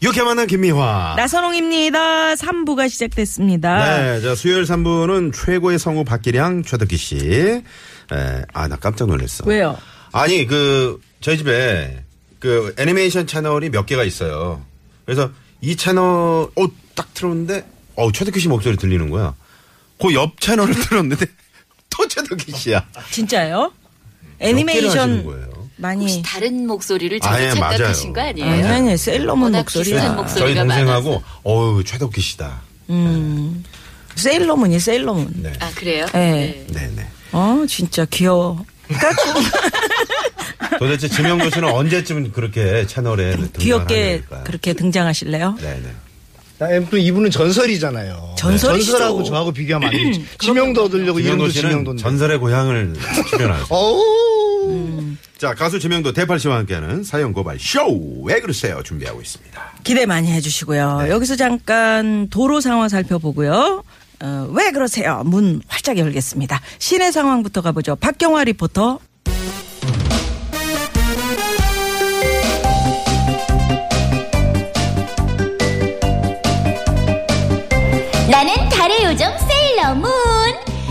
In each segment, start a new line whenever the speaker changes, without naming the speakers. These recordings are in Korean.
이렇게 만난 김미화.
나선홍입니다. 3부가 시작됐습니다.
아. 네, 자, 수요일 3부는 최고의 성우 박기량, 최덕기 씨. 에, 아, 나 깜짝 놀랐어.
왜요?
아니, 그, 저희 집에 그 애니메이션 채널이 몇 개가 있어요. 그래서 이 채널, 어, 딱 틀었는데, 어, 최덕기 씨 목소리 들리는 거야. 그 옆 채널을 틀었는데, 또 최덕기 씨야. 몇
진짜요?
개를 하시는
애니메이션
거예요?
많이
다른 목소리를
아예
자꾸
맞아요.
착각하신 거 아니에요?
아니, 아니, 셀러문
워낙
네. 목소리야.
비슷한
저희
목소리가
동생하고, 어우, 최덕기 씨다.
세일러문이 세일러문.
네.
많아서. 아 그래요?
네.
네네.
어 진짜 귀여워.
도대체 지명도 씨는 언제쯤 그렇게 채널에 등장하게
귀엽게
될까요?
그렇게 등장하실래요?
네네.
또 이분은 전설이잖아요.
전설이시죠.
하고 저하고 비교하면 안 되지. 지명도
지명도
얻으려고 뭐 이름도
씨는
지명도인데.
전설의 고향을 출연하고.
어우.
자, 가수 지명도 대팔 씨와 함께하는 사연 고발 쇼! 왜 그러세요? 준비하고 있습니다.
기대 많이 해주시고요.
네.
여기서 잠깐 도로 상황 살펴보고요. 어, 왜 그러세요? 문 활짝 열겠습니다. 시내 상황부터 가보죠. 박경화 리포터.
나는 달의 요정 세일러문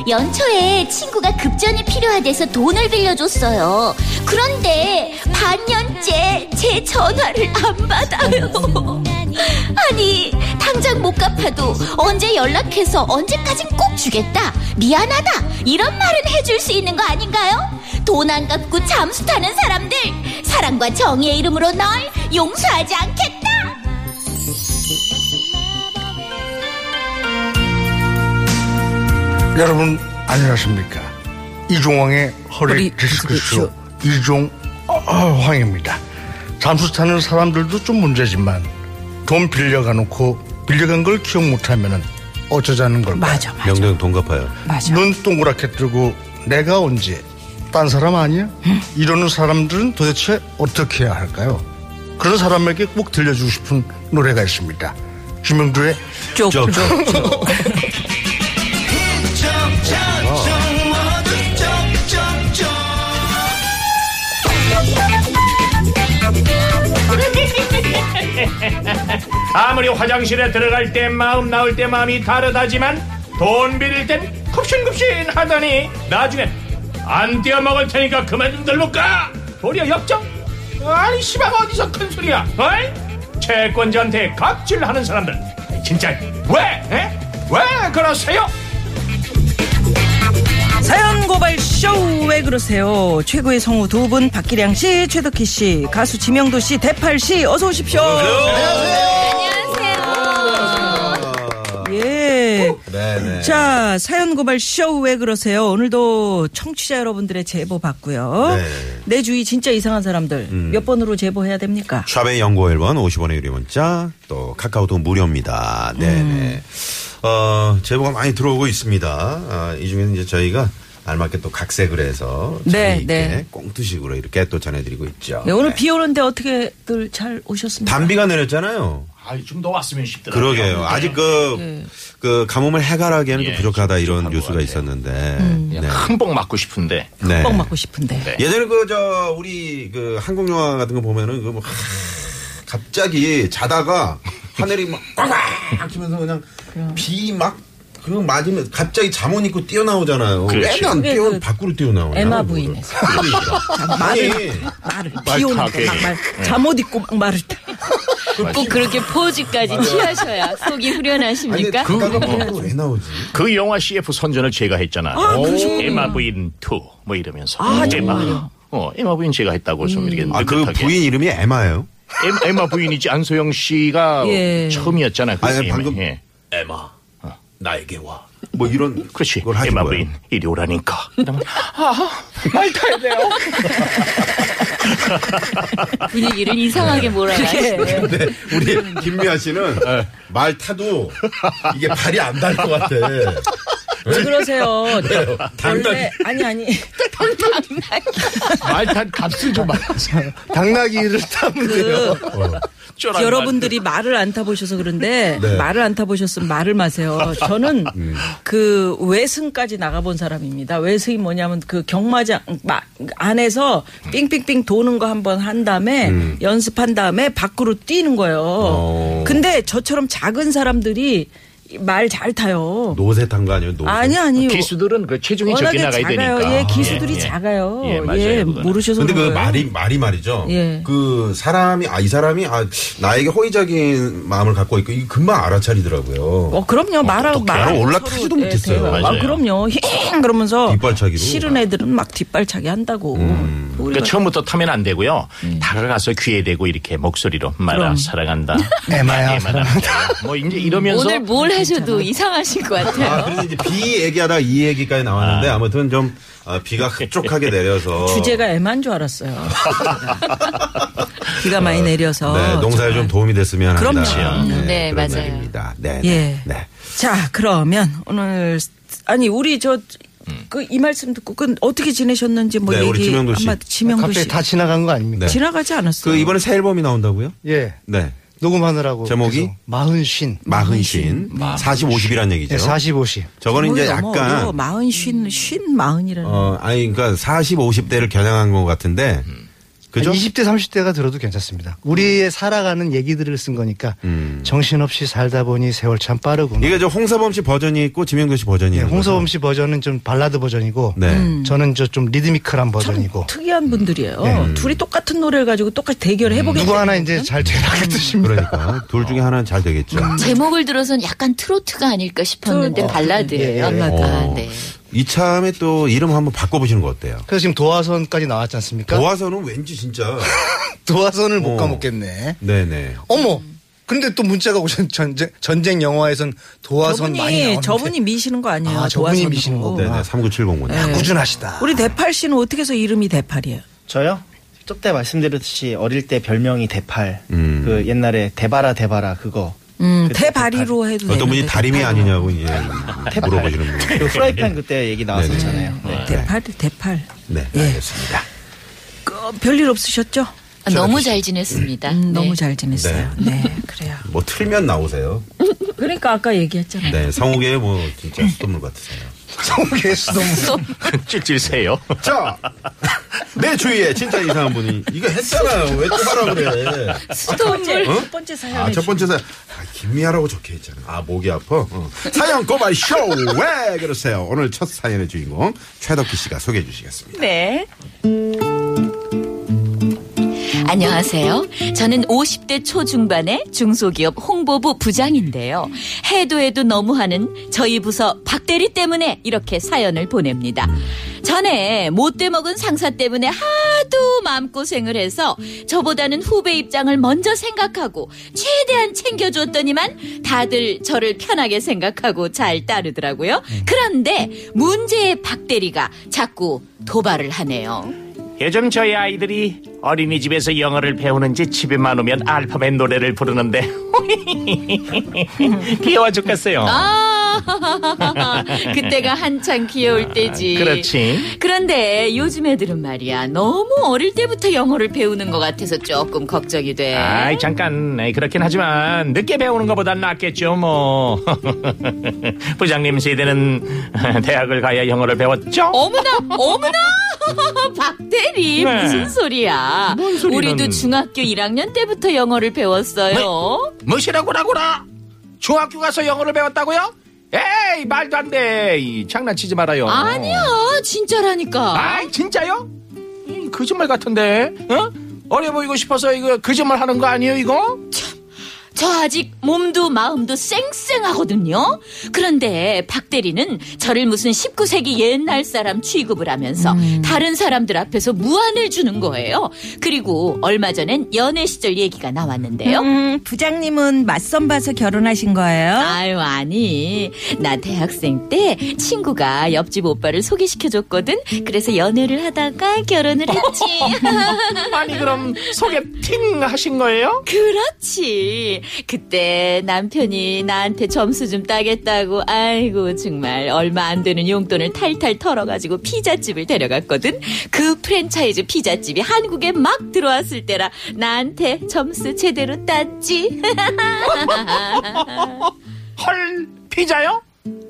연초에 친구가 급전이 필요하대서 돈을 빌려줬어요 그런데 반년째 제 전화를 안 받아요 아니 당장 못 갚아도 언제 연락해서 언제까진 꼭 주겠다 미안하다 이런 말은 해줄 수 있는 거 아닌가요? 돈 안 갚고 잠수 타는 사람들 사랑과 정의의 이름으로 널 용서하지 않겠다
여러분 안녕하십니까? 이종왕의 허리
허리
디스크쇼 이종 어, 어, 황입니다. 잠수 타는 사람들도 좀 문제지만 돈 빌려가 놓고 빌려간 걸 기억 못하면은 어쩌자는 걸까?
맞아, 맞아,
명동 돈 갚아요.
맞아.
눈 동그랗게 뜨고 내가 언제 딴 사람 아니야? 이러는 사람들은 도대체 어떻게 해야 할까요? 그런 사람에게 꼭 들려주고 싶은 노래가 있습니다. 김영주의
쪽.
저, 저,
아무리 화장실에 들어갈 때 마음 나올 때 마음이 다르다지만 돈 빌릴 땐 굽신굽신 하더니 나중엔 안 떼어 먹을 테니까 그만 좀 들고 가 도리어 역정 아니 시방 어디서 큰 소리야 어이 채권자한테 갑질하는 사람들 진짜 왜 에? 왜 그러세요?
사연 고발 쇼 왜 그러세요? 최고의 성우 두 분 박기량 씨, 최덕희 씨, 가수 지명도 씨, 대팔 씨 어서 오십시오. 예.
네네.
자 사연 고발 쇼 왜 그러세요? 오늘도 청취자 여러분들의 제보 받고요.
네. 음.
내 주위 진짜 이상한 사람들 몇 번으로 제보해야 됩니까?
샵의 연고 1번 50원의 유리 문자 또 카카오톡 무료입니다. 네네.
음.
어, 제보가 많이 들어오고 있습니다. 아, 이 중에는 이제 저희가 알맞게 또 각색을 해서
네,
재미있게
네.
꽁투식으로 이렇게 또 전해드리고 있죠.
네, 오늘
네.
비 오는데 어떻게들 잘 오셨습니까?
단비가 내렸잖아요.
아이 좀 더 왔으면 싶더라고요 네.
그러게요. 아직 그, 그 가뭄을 해결하기에는 좀
예,
부족하다 이런
부족한
뉴스가
것 같아요. 예,
있었는데. 네.
큰복 맞고 싶은데
네.
뻥 맞고 싶은데.
예전에 그 저 우리 그 한국 영화 같은 거 보면은 그뭐 갑자기 자다가 하늘이 막 꽝꽝 치면서 그냥 비 막 그거 맞으면 갑자기 잠옷 입고 뛰어나오잖아요.
그렇죠.
왜안
그게
뛰어
그
밖으로 뛰어나오냐?
에마
그거를.
부인에서.
그러니까. 아니
말을
말
비 오는데
타게.
막 말,
네.
잠옷 입고 막 말을 타.
꼭 그렇게 포즈까지 취하셔야 속이
아니
후련하십니까?
그가 밖으로 왜 나오지?
그 영화 CF 선전을 제가 했잖아요.
아, 그러시군요.
에마 부인 2, 뭐 이러면서.
아,
에마. 어, 에마 부인 제가 했다고 좀 이렇게
아 그
느긋하게.
부인 이름이 에마예요?
에, 에마 부인이지 안소영 씨가
예.
처음이었잖아요. 그
아니,
게임에.
방금-
예.
나에게 와. 뭐 이런
그렇지.
걸 하신
에마
거예요.
부인 이리 오라니까. 이러면, 아, 말 타야 돼요.
분위기를 이상하게 몰아가시네.
근데 우리 김미아 씨는 말 타도 이게 발이 안 닿을 것 같아.
왜 그러세요? 네.
당당히.
원래 아니 아니
말탄 값을 좀 맞춰요.
당나귀를 타면 돼요.
여러분들이 말을 안 타보셔서 그런데
네. 음.
말을 안 타보셨으면 말을 마세요. 저는 그 외승까지 나가본 사람입니다. 외승이 뭐냐면 그 경마장 마- 안에서 삥삥삥 도는 거 한 번 한 다음에 연습한 다음에 밖으로 뛰는 거예요.
어.
근데 저처럼 작은 사람들이 말 잘 타요.
노세 탄 거 아니에요? 노세.
아니 아니요.
기수들은 그 체중이 적게
워낙에
나가야
작아요.
되니까.
예, 기수들이
예, 예.
작아요.
예, 맞아요. 그거는.
모르셔서
근데
그런
그
거예요.
말이 말이 말이죠.
예.
그 사람이 아 이 사람이 아 나에게 호의적인 마음을 갖고 있고 이 금방 알아차리더라고요.
어, 그럼요. 말하고
어떡해.
말.
올라타지도
서로, 예,
못했어요.
대화. 아,
맞아요.
그럼요. 힝! 그러면서.
뒷발차기로. 음.
싫은 애들은 막 뒷발차기 한다고. 뭐 우리가
그러니까 처음부터 타면 안 되고요. 다가가서 귀에 대고 이렇게 목소리로 말아 사랑한다.
애마야,
사랑한다. 뭐 이제 이러면서
오늘 뭘 하셔도 이상하신 것
아,
같아요.
그래서 이제 비 얘기하다 이 얘기까지 나왔는데 아. 무튼좀 아, 비가 흡족하게 내려서
주제가 애만 줄 알았어요. 비가 많이 내려서.
네, 농사에 좀 도움이 됐으면
어, 그럼요. 음,
한다.
네,
그런
맞아요.
날입니다. 네, 네,
예.
네.
자, 그러면 오늘 아니 우리 저 그 이 말씀 듣고 그 어떻게 지내셨는지 뭐
네,
얘기
우리 지명도 씨. 아,
한마디 지명도
갑자기
씨
다 지나간 거 아닙니까?
네.
지나가지 않았어요.
그 이번에 새 앨범이 나온다고요?
예.
네.
녹음하느라고.
제목이?
그래서 네, 마흔신.
마흔신. 40, 50이라는 얘기죠.
예, 40, 50.
저거는 이제
뭐
약간
뭐 마흔 쉰쉰 마흔이라는
어, 아니, 그러니까 40, 50대를 겨냥한 것 같은데, 그죠?
20대, 30대가 들어도 괜찮습니다. 우리의 살아가는 얘기들을 쓴 거니까
음.
정신없이 살다 보니 세월 참 빠르구나.
이게 저 홍서범 씨 버전이 있고 지명도 씨 버전이
예,
있는
홍서범
거죠?
씨 버전은 좀 발라드 버전이고
네.
음.
저는 저 좀 리드미컬한 버전이고
특이한 분들이에요.
네.
둘이 똑같은 노래를 가지고 똑같이
음.
대결을 해보겠다.
누구 하나 이제 잘 되라는 뜻입니다.
그러니까 둘 중에 하나는 잘 되겠죠.
음.
제목을 들어선 약간 트로트가 아닐까 싶었는데 발라드예요.
어.
아, 네.
이참에 또 이름 한번 바꿔보시는 거 어때요?
그래서 지금 도화선까지 나왔지 않습니까?
도화선은 왠지 진짜.
도화... 선을못
어.
까먹겠네.
네네.
어머.
음.
근데 또 문자가 오신 전쟁 전쟁 영화에선 도화선 많이
저분이
나오는데
저분이 미시는 거 아니에요?
아, 저분이
도화선으로.
미시는
네네.
거구나.
3970님.
꾸준하시다.
우리 대팔 씨는 어떻게 해서 이름이 대팔이에요?
저요? 쪽대 말씀드렸듯이 어릴 때 별명이 대팔.
음.
그 옛날에 대바라 대바라 그거.
음,
그때
대발이로 해도
어떤 분이
네.
되는데
다림이
대팔.
아니냐고 예, 이제
대팔.
물어보시는 분.
그 프라이팬 그때 얘기 나왔었잖아요. 네.
대팔 대팔.
네,
예.
알겠습니다.
그, 별일 없으셨죠?
아, 너무 잘 지냈습니다.
음,
네.
너무 잘 지냈어요. 네, 그래요.
뭐 틀면 나오세요.
그러니까 아까 얘기했잖아요.
네, 성욱의 뭐 진짜 수돗물 같으세요.
성우의 수동
찔찔 세요.
자, 내 주위에 진짜 이상한 분이 이거 했잖아요. 왜 또 하라 그래?
수돗물 어? 첫 번째 사연에
아, 첫 번째 사연. 아, 김미아라고 적혀 있잖아. 아, 목이 아파. 어. 사연 고발 쇼! 왜 그러세요? 오늘 첫 사연의 주인공 최덕기 씨가 소개해 주시겠습니다.
네. 안녕하세요. 저는 50대 초중반의 중소기업 홍보부 부장인데요. 해도 해도 너무하는 저희 부서 박대리 때문에 이렇게 사연을 보냅니다. 전에 못돼 먹은 상사 때문에 하도 마음고생을 해서 저보다는 후배 입장을 먼저 생각하고 최대한 챙겨줬더니만 다들 저를 편하게 생각하고 잘 따르더라고요. 그런데 문제의 박대리가 자꾸 도발을 하네요.
요즘 저희 아이들이 어린이집에서 영어를 배우는지 집에만 오면 알파벳 노래를 부르는데 귀여워 죽겠어요.
아, 그때가 한창 귀여울 때지.
아, 그렇지.
그런데 요즘 애들은 말이야 너무 어릴 때부터 영어를 배우는 것 같아서 조금 걱정이 돼.
아이 잠깐 에이, 그렇긴 하지만 늦게 배우는 것보단 낫겠죠 뭐 부장님 세대는 대학을 가야 영어를 배웠죠
어머나, 어머나! 박대리,
네.
무슨 소리야?
뭔 소리는.
우리도 중학교 1학년 때부터 영어를
네.
배웠어요.
무시라고라고라 중학교 가서 영어를 배웠다고요? 에이 말도 안돼 장난치지 말아요
아니야, 진짜라니까.
어. 아이 진짜요? 음, 이, 거짓말 같은데 어? 어려 보이고 싶어서 이거 거짓말 하는 거 아니에요 이거?
저 아직 몸도 마음도 쌩쌩하거든요. 그런데 박 대리는 저를 무슨 19세기 옛날 사람 취급을 하면서 다른 사람들 앞에서 무안을 주는 거예요. 그리고 얼마 전엔 연애 시절 얘기가 나왔는데요.
음, 부장님은 맞선 봐서 결혼하신 거예요?
아유 아니 나 대학생 때 친구가 옆집 오빠를 소개시켜줬거든 그래서 연애를 하다가 결혼을 했지
아니 그럼 소개팅 하신 거예요?
그렇지 그때 남편이 나한테 점수 좀 따겠다고 아이고 정말 얼마 안 되는 용돈을 탈탈 털어가지고 피자집을 데려갔거든 그 프랜차이즈 피자집이 한국에 막 들어왔을 때라 나한테 점수 제대로 땄지
헐 피자요?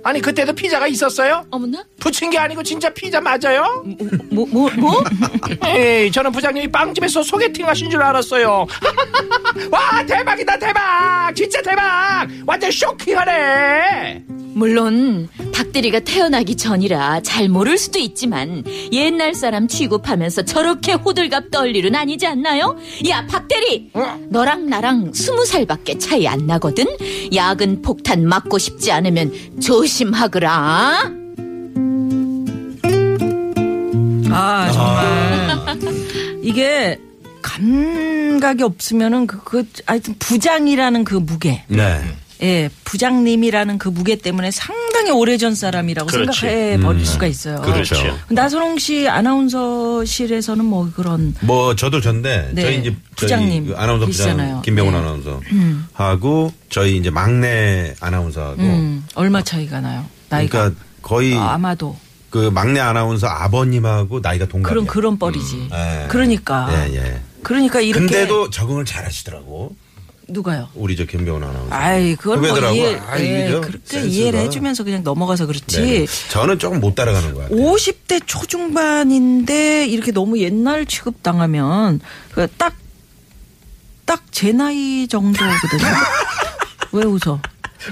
아니 그때도 피자가 있었어요?
어머나
붙인 게 아니고 진짜 피자 맞아요?
뭐 뭐, 뭐?
에이 저는 부장님이 빵집에서 소개팅 하신 줄 알았어요 와 대박이다 대박 진짜 대박 완전 쇼킹하네
물론 박대리가 태어나기 전이라 잘 모를 수도 있지만 옛날 사람 취급하면서 저렇게 호들갑 떨 일은 아니지 않나요? 야 박대리
어?
너랑 나랑 스무 살밖에 차이 안 나거든 야근 폭탄 맞고 싶지 않으면 조심하거라
아 정말 이게 감각이 없으면은 그, 그 하여튼 부장이라는 그 무게
네.
예 부장님이라는 그 무게 때문에 상당히 오래전 사람이라고
그렇지.
생각해 버릴 수가 있어요.
그렇죠.
그렇죠.
나선홍 씨 아나운서실에서는 뭐 그런
뭐 저도 전데
네,
저희 이제
부장님
저희 아나운서
있잖아요.
부장 김병훈
네.
아나운서 하고 저희 이제 막내 아나운서하고
음, 얼마 차이가 나요? 나이가
뭐. 그러니까 거의
아, 마도
그 막내 아나운서 아버님하고 나이가 동갑이에요.
그런 그런 뻘이지.
그러니까. 예.
그러니까
예, 예.
그러니까 이렇게
근데도 적응을 잘 하시더라고.
누가요?
우리 저 김병훈 아나운서.
아이 그건 뭐
후배들하고
이해
아,
예,
이게 저
그렇게
센스가.
이해를 해주면서 그냥 넘어가서 그렇지.
네네. 저는 조금 못 따라가는 거야.
50대 초중반인데 이렇게 너무 옛날 취급 당하면 그 딱 딱 제 나이 정도거든요. 왜 웃어?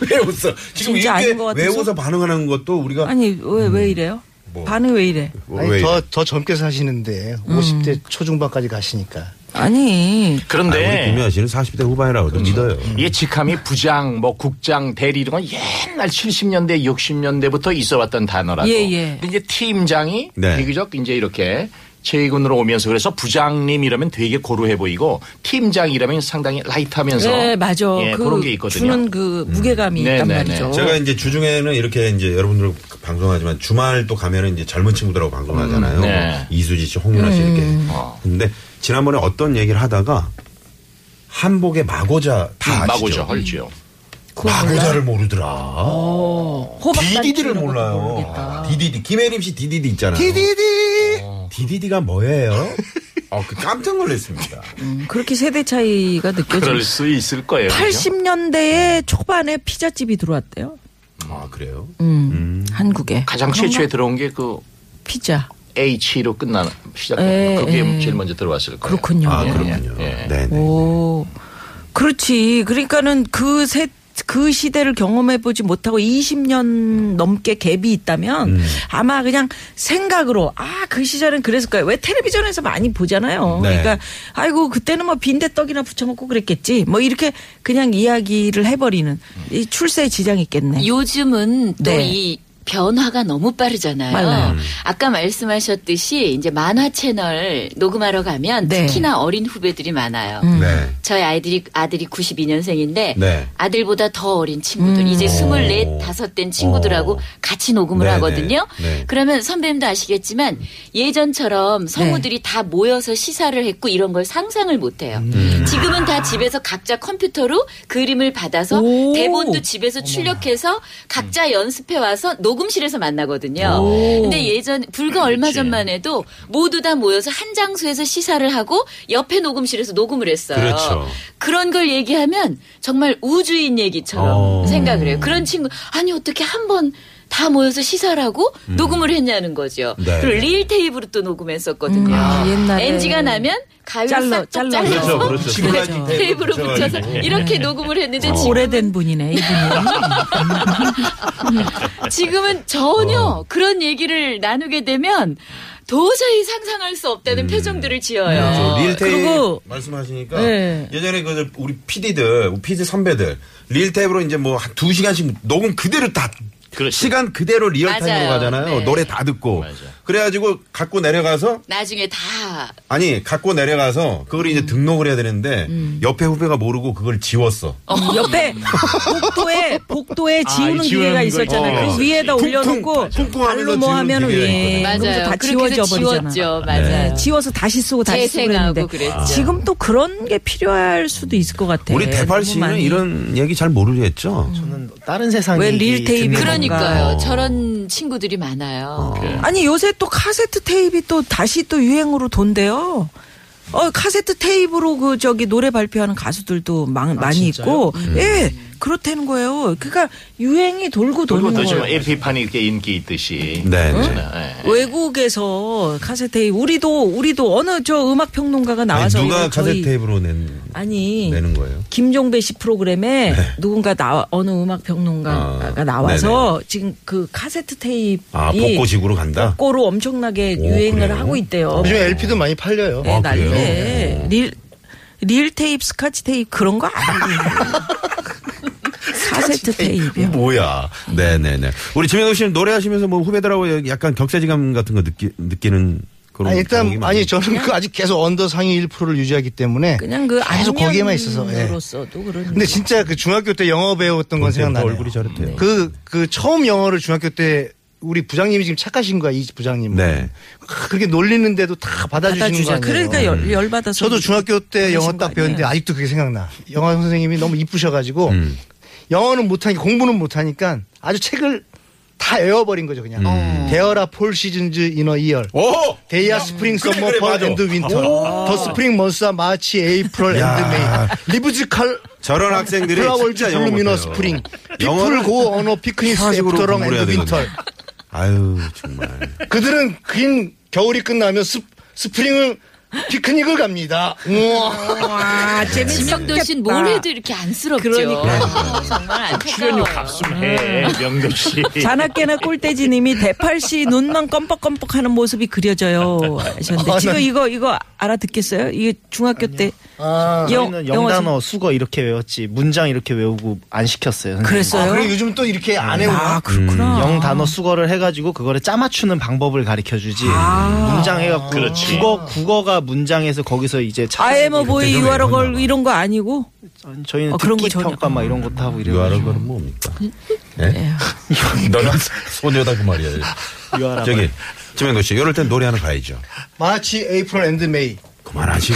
왜 웃어? 지금
진짜
이게
아닌 것 같아서?
왜 웃어 반응하는 것도 우리가
아니 왜 왜 이래요?
뭐.
반응 왜 이래?
뭐
아니
왜
더, 더 젊게 사시는데 50대
음.
초중반까지 가시니까
아니
아, 우리
그런데 그렇죠. 음.
김미아 씨는 40대 후반이라고 도 믿어요.
예측함이 부장, 뭐 국장, 대리 이런 건 옛날 70년대, 60년대부터 있어왔던 단어라고.
예, 예.
근데 이제 팀장이
네.
비교적 이제 이렇게 최근으로 오면서 그래서 부장님 이라면 되게 고루해 보이고 팀장 이라면 상당히 라이트하면서
네 맞아.
예,
그
그런 게 있거든요. 음.
주는 그 무게감이 있단
네네네.
말이죠.
제가 이제 주중에는 이렇게 이제 여러분들 방송하지만 주말 또 가면은 이제 젊은 친구들하고 방송하잖아요. 뭐
음, 네.
이수지 씨, 홍윤아 씨
음.
이렇게.
어.
근데 지난번에 어떤 얘기를 하다가 한복의 마고자 다
음, 마고죠,
아시죠?
헐지요.
마고자를 모르더라.
호박
디디디를
딸기라고도
몰라요.
아,
모르겠다.
디디디 김혜림 씨 디디디 있잖아요. 어.
디디디
디디디가 뭐예요? 어, 그 깜짝 놀랐습니다.
음, 그렇게 세대 차이가
그럴
느껴져요.
수 있을 거예요. 그죠?
80년대에 초반에 피자집이 들어왔대요.
아 그래요?
음, 한국에
가장 최초에 들어온 게 그
피자.
H로 끝나는
에,
시작된 거. 그게
에.
제일 먼저 들어왔을 거예요.
예, 그렇군요.
아 그렇군요.
예, 예.
네. 네.
오, 그렇지. 그러니까는 그 세, 그 시대를 경험해보지 못하고 20년 넘게 갭이 있다면
음.
아마 그냥 생각으로 아, 그 시절엔 그랬을 거예요. 왜 텔레비전에서 많이 보잖아요.
네.
그러니까 아이고, 그때는 뭐 빈대떡이나 부쳐먹고 그랬겠지. 뭐 이렇게 그냥 이야기를 해버리는 이 출세에 지장이 있겠네.
요즘은
네.
또 이 변화가 너무 빠르잖아요.
빨라요.
아까 말씀하셨듯이 이제 만화 채널 녹음하러 가면
네.
특히나 어린 후배들이 많아요.
네.
저희 아이들이 아들이 92년생인데
네.
아들보다 더 어린 친구들 이제 24, 5된 친구들하고
어.
같이 녹음을
네네.
하거든요.
네.
그러면 선배님도 아시겠지만 예전처럼 성우들이 다 모여서 시사를 했고 이런 걸 상상을 못 해요.
음.
지금은 다 집에서 각자 컴퓨터로 그림을 받아서
오.
대본도 집에서 출력해서 각자 연습해 와서 녹음실에서 만나거든요. 근데 예전 불과 얼마 전만 해도 모두 다 모여서 한 장소에서 시사를 하고 옆에 녹음실에서 녹음을 했어요.
그렇죠.
그런 걸 얘기하면 정말 우주인 얘기처럼
어.
생각을 해요. 그런 친구 아니 어떻게 한번 다 모여서 시사를 하고 녹음을 했냐는 거죠.
네.
그리고 릴 테이프로 또 녹음했었거든요.
음, 아,
옛날에.
NG가 나면 가위
잘라,
싹
잘라.
잘라서
그렇죠, 그렇죠. 지그라지 테이프로
네, 테이프로 붙여서
붙여가지고.
이렇게 녹음을 했는데
어.
지금
오래된 분이네 이분이.
지금은 전혀
어.
그런 얘기를 나누게 되면 도저히 상상할 수
음.
없다는
네,
표정들을 지어요.
릴테이
네. 그리고
말씀하시니까
네.
예전에 그 우리 PD들, PD 선배들 릴테이프로 이제 뭐 한 두 시간씩 녹음 그대로 다 시간 그대로 리얼타임으로
맞아요.
가잖아요.
네.
노래 다 듣고 그래가지고 갖고 내려가서
나중에 다
아니 갖고 내려가서 그걸 이제 등록을 해야 되는데 옆에 후배가 모르고 그걸 지웠어.
음, 옆에 복도에 복도에
아,
지우는
이 지우는
기계가
거
있었잖아요.
있죠.
그 위에다
쿵쿵,
올려놓고
쿵쿵 하면
발로 뭐
지우는
하면
기계가
위
있거든요.
그러면서 다
맞아요.
지워져
그렇게 해서
버리잖아.
지웠죠. 맞아요.
네, 지워서 다시 쓰고 다시 쓰고
재생하고
그랬는데
그랬죠. 아.
지금 또 그런 게 필요할 수도 있을 것
네,
같아요.
우리 대팔
너무
씨는
많이.
이런 얘기 잘 모르겠죠.
다른 세상이
왜 릴테이프
그러니까요. 저런 친구들이 많아요.
아니 요새 또 카세트 테이프가 또 다시 또 유행으로 돈대요. 어 카세트 테이프로 그 저기 노래 발표하는 가수들도 막-
아,
많이 있고
음.
예 그렇다는 거예요. 그러니까 유행이 돌고
그리고
도는
또 지금
거예요.
LP판이 이렇게 인기 있듯이.
네, 네.
그렇잖아요. 예.
외국에서 카세트 테이프 우리도 우리도 어느 저 음악 평론가가 나와서
아니, 누가
이거 저희-
카세트 테이프로 낸
아니
내는 거예요?
김종배 씨 프로그램에 누군가 나와 어느 음악 평론가가
아,
나와서 지금 그 카세트 테이프
아 복고식으로 간다.
복고로 엄청나게
오,
유행을
그래요?
하고
어.
있대요.
요즘 아, LP도 많이 팔려요.
네,
아,
난리에 릴, 릴 테이프, 스카치 테이프 그런 거 아니에요. 카세트 테이프요.
뭐야? 네네네. 우리 지명도 씨는 노래하시면서 뭐 후배들하고 약간 격세지감 같은 거 느끼, 느끼는 그런.
아, 일단
경험이 많이-
아니 저는 그 아직 계속 언더 상위 1%를 유지하기 때문에
그냥 그
계속 거기에만 있어서. 예.
안면으로서도 그런.
근데 진짜 그 중학교 때 영어 배웠던 건 생각나요.
얼굴이 저렇대요.
그, 그 처음 영어를 중학교 때 우리 부장님이 지금 착하신 거야, 이 부장님.
네.
그렇게 놀리는데도 다 받아주시는 거
받아주자.
아니에요.
그러니까 열, 열받아서.
저도 중학교 때
그러신
영어
거
딱 배웠는데
아니에요?
아직도 그게 생각나. 영어 선생님이 너무 이쁘셔가지고
음.
영어는 못하니까 공부는 못하니까 아주 책을 다 외워버린 거죠
음.
그냥.
음.
데어라 폴 시즌즈 이너 이열.
오!
데이아 스프링
그래,
서머
그래,
펄
맞아.
앤드 윈터. 더 스프링 먼스와 마치 에이프럴 앤드
야.
메이. 리브즈 칼
저런 학생들이
플라월즈
네, 진짜 영어
블루미너
못해요.
스프링.
영어를
피플 고 언어 피크닉
사식으로
애프터롱
공부를 해야
앤드 윈터.
되거든요. 아유 정말. 네,
그들은 긴 겨울이 끝나면 스, 스프링을 피크닉을 갑니다. 우와.
와,
지명도 씨는 뭘 해도 이렇게 안쓰럽죠.
네.
그러니까 정말
출연료
안타까워요.
값좀
예.
해, 예. 명도 씨.
자나깨나 꼴대지님이 대팔 씨 눈만 껌뻑껌뻑하는 모습이 그려져요 하셨는데
아,
네.
지금
난-
이거 이거 알아듣겠어요? 이게 중학교 때
아.
네.
영-
저희는
영어
영단어, 수거 이렇게 외웠지 문장 이렇게 외우고 안 시켰어요. 선생님.
그랬어요?
아, 그리고 요즘 또 이렇게 안
아
음,
해오나?
그렇구나.
영단어 수거를 해가지고 그거를 짜맞추는 방법을 가르쳐 주지
아.
문장 해갖고
그렇지.
국어 국어가 문장에서 거기서 이제 자-
I am a boy, you are a girl 이런 거 아니고
저희는
어, 그런
듣기
거 전혀-
평가 막 이런 것도 하고
유아라는
이래가지고
거는 뭡니까? 예? 너는 소녀다 그 말이야.
유아라
저기 지명도 씨 이럴 땐 노래 하나 가야죠.
마치 에이프럴 앤드 메이.
그만하시고.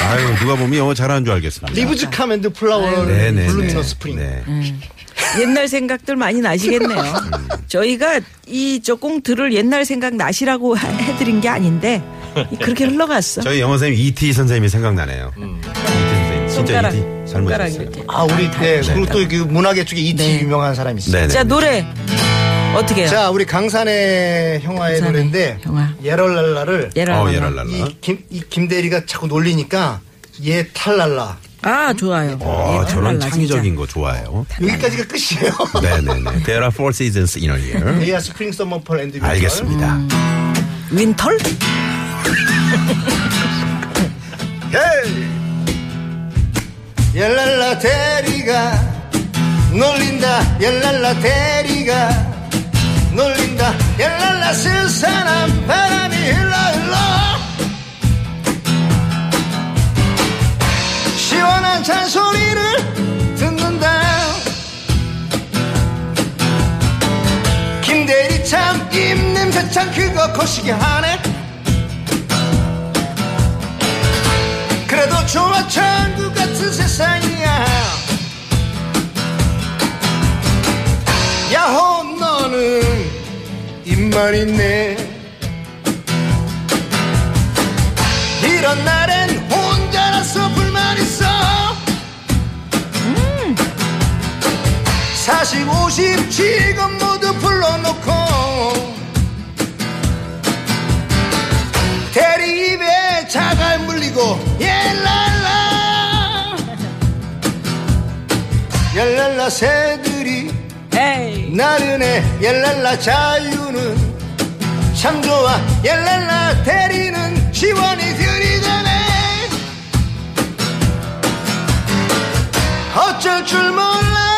아유 누가 보면 영어 잘하는 줄 알겠습니다.
리브즈 캄 앤드 플라워
네네네.
블루미너 스프링. 음.
네.
옛날 생각들 많이 나시겠네요.
음.
저희가 이 저 꽁트를 옛날 생각 나시라고 하- 해드린 게 아닌데 그렇게 흘러갔어.
저희 영어 선생님 E.T. 선생님이 생각나네요.
음.
E.T. 선생님 진짜
손가락,
E.T.
손가락
잘못했어요.
이렇게.
아, 우리 때 그리고
네.
또그 문학의 쪽에 이티
네.
유명한 사람이 있어요.
네네.
자 노래 어떻게
네.
해요?
자, 우리 강산의 형아의
강산의
노래인데
형아.
예럴랄라를
얘를
어,
하나.
예랄랄라.
이 김 대리가 자꾸 놀리니까 얘 탈랄라.
아 좋아요.
네,
어,
예,
저런
랄랄라,
창의적인
진짜.
거 좋아요.
여기까지가 끝이에요.
네네네. There are four seasons in a year.
데이아 스프링 서머 펄 앤드 윈터.
알겠습니다.
음.
윈털?
옐랄라 대리가 놀린다 옐랄라 대리가 놀린다 옐랄라 쓸산한 바람이 흘러 흘러 시원한 잔소리를 듣는다 김대리 참 입냄새 참 그거 거시기 하네 그래도 좋아 천국 같은 세상이야 야호 너는 입만 있네 이런 날엔 혼자라서 불만 있어 음. 사십 오십 지금 모두
모두 불러놓고 대리 입에 자갈 물리고 옐랄라 옐랄라 새들이 나른해 옐랄라 자유는 참 좋아 옐랄라 대리는 시원히 들이대네 어쩔 줄 몰라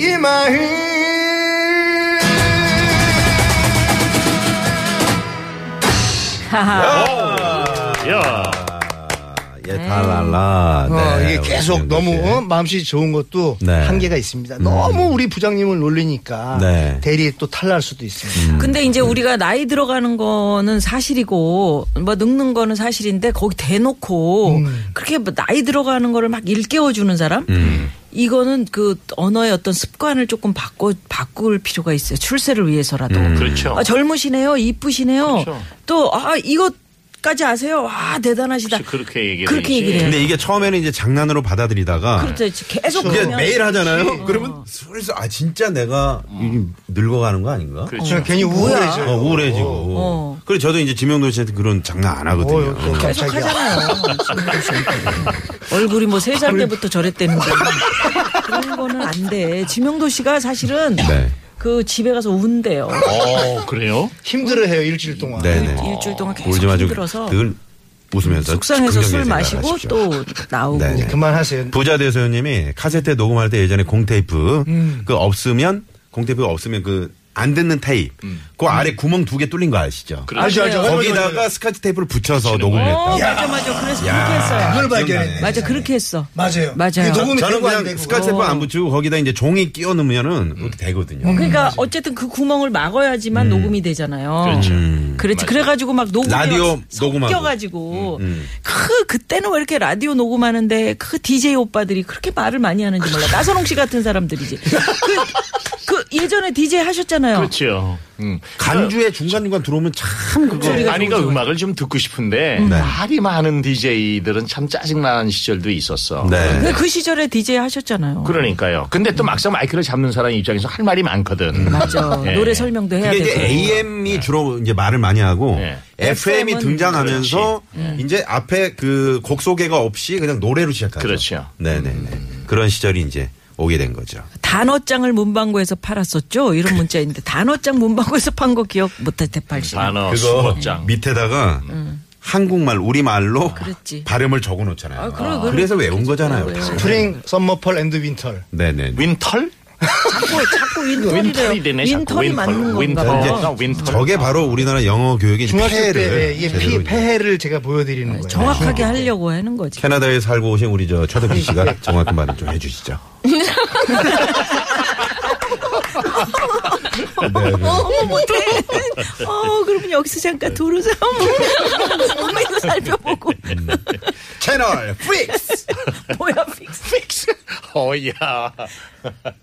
이 마음
야.
예, 달랄라.
어,
네,
이게
우리
계속
김현정
너무
씨.
어, 마음씨 좋은 것도
네.
한계가 있습니다. 너무 우리 부장님을 놀리니까
네.
대리에 또 탈날 수도 있습니다.
음.
근데 이제 우리가 나이 들어가는 거는 사실이고 뭐 늙는 거는 사실인데 거기 대놓고
음.
그렇게 뭐 나이 들어가는 거를 막 일깨워 주는 사람
음.
이거는 그 언어의 어떤 습관을 조금 바꿔 바꿀 필요가 있어요. 출세를 위해서라도.
음. 그렇죠.
아, 젊으시네요. 이쁘시네요.
그렇죠.
또 아 이것까지 아세요. 와 대단하시다.
그렇게 얘기를
그렇게
예.
얘기를 해요.
근데 이게 처음에는 이제 장난으로 받아들이다가
그렇죠. 계속
이게
그러면-
매일 하잖아요.
그렇지.
그렇죠. 음.
그러면 슬슬 아 진짜 내가 이- 늙어가는 거 아닌가?
그렇죠. 그냥 괜히 뭐야. 우울해져요.
어, 우울해지고.
어.
그래 저도 이제 지명도 씨한테 어, 그런 장난 안 하거든요. 그러니까
계속 하잖아요. 얼굴이 뭐 세 살 때부터 저랬대는데 그런 거는 안 돼. 지명도 씨가 사실은
네.
그 집에 가서 운대요.
어, 그래요?
힘들어해요 일주일 동안.
네네.
일주일 동안 계속
울지 마시고
힘들어서
늘 웃으면서
속상해서 술
긍정적인 생각을
마시고
하십시오.
또 나오고.
네.
그만하세요.
부자 대소연님이 카세트 녹음할 때 예전에 공테이프 그 없으면 공테이프 가 없으면 그 안 듣는 테이프 그 아래 구멍 두 개 뚫린 거 아시죠?
그래요. 알죠, 알죠. 맞아, 맞아,
거기다가 스카치 테이프를 붙여서
어,
녹음했다.
맞아 맞아. 그래서
야.
그렇게 했어요.
그걸 발견했네.
맞아 그렇게 했어.
맞아요.
맞아요.
저는 그냥 스카치 테이프 안 붙이고 거기다 이제 종이 끼워 넣으면은 그렇게 되거든요.
그러니까 어쨌든 그 구멍을 막아야지만 녹음이 되잖아요.
음, 그렇죠.
그렇지.
맞아요.
그래가지고 막 녹음이
라디오 녹음하고. 음.
섞여가지고 그 그때는 왜 이렇게 라디오 녹음하는데 그 DJ 오빠들이 그렇게 말을 많이 하는지 몰라. 나선홍 씨 같은 사람들이지. 그, 그 예전에 DJ 하셨잖아요.
그렇죠.
간주에 중간중간 들어오면 참 그거.
아니, 그 음악을 좀 듣고 싶은데,
네.
말이 많은 DJ들은 참 짜증나는 시절도 있었어.
네.
근데 그 시절에 DJ 하셨잖아요.
그러니까요. 근데 또 막상 마이크를 잡는 사람 입장에서 할 말이
음.
많거든.
맞아.
예.
노래 설명도 해야
그게
되고.
이제 AM이 주로 이제 말을 많이 하고 FM이
FM 은
등장하면서
그렇지.
이제 앞에 그 곡소개가 없이 그냥 노래로 시작하죠.
그렇죠.
네네네. 그런 시절이 이제 오게 된 거죠.
단어장을 문방구에서 팔았었죠. 이런 문자인데 단어장 문방구에서 판 거 기억 못해 대팔씨.
아,
어,
그거 밑에다가 한국말 우리말로
그랬지.
발음을 적어 놓잖아요.
아, 그래, 그래.
래서 외운 거잖아요.
스프링, 썸머펄 앤드 윈털.
네네.
윈털?
자꾸 자꾸 윈털이래요.
윈털이 되네, 자꾸
윈털이
윈털.
맞는 건가 어.
윈털.
봐.
이제 윈터.
저게 바로 우리나라 영어 교육의
중학교 때
폐해를
이게
제대로
피,
이제
폐해를 제가 보여드리는 거예요.
정확하게 하려고 하는 거지.
캐나다에 살고 오신 우리 저 최덕기 씨가 정확한 말을 좀 해주시죠. 네, 네.
어머 못해. 어 그러면 여기서 잠깐 도로상 몸에서 살펴보고
채널 픽스
뭐야 픽스
픽스. 어야.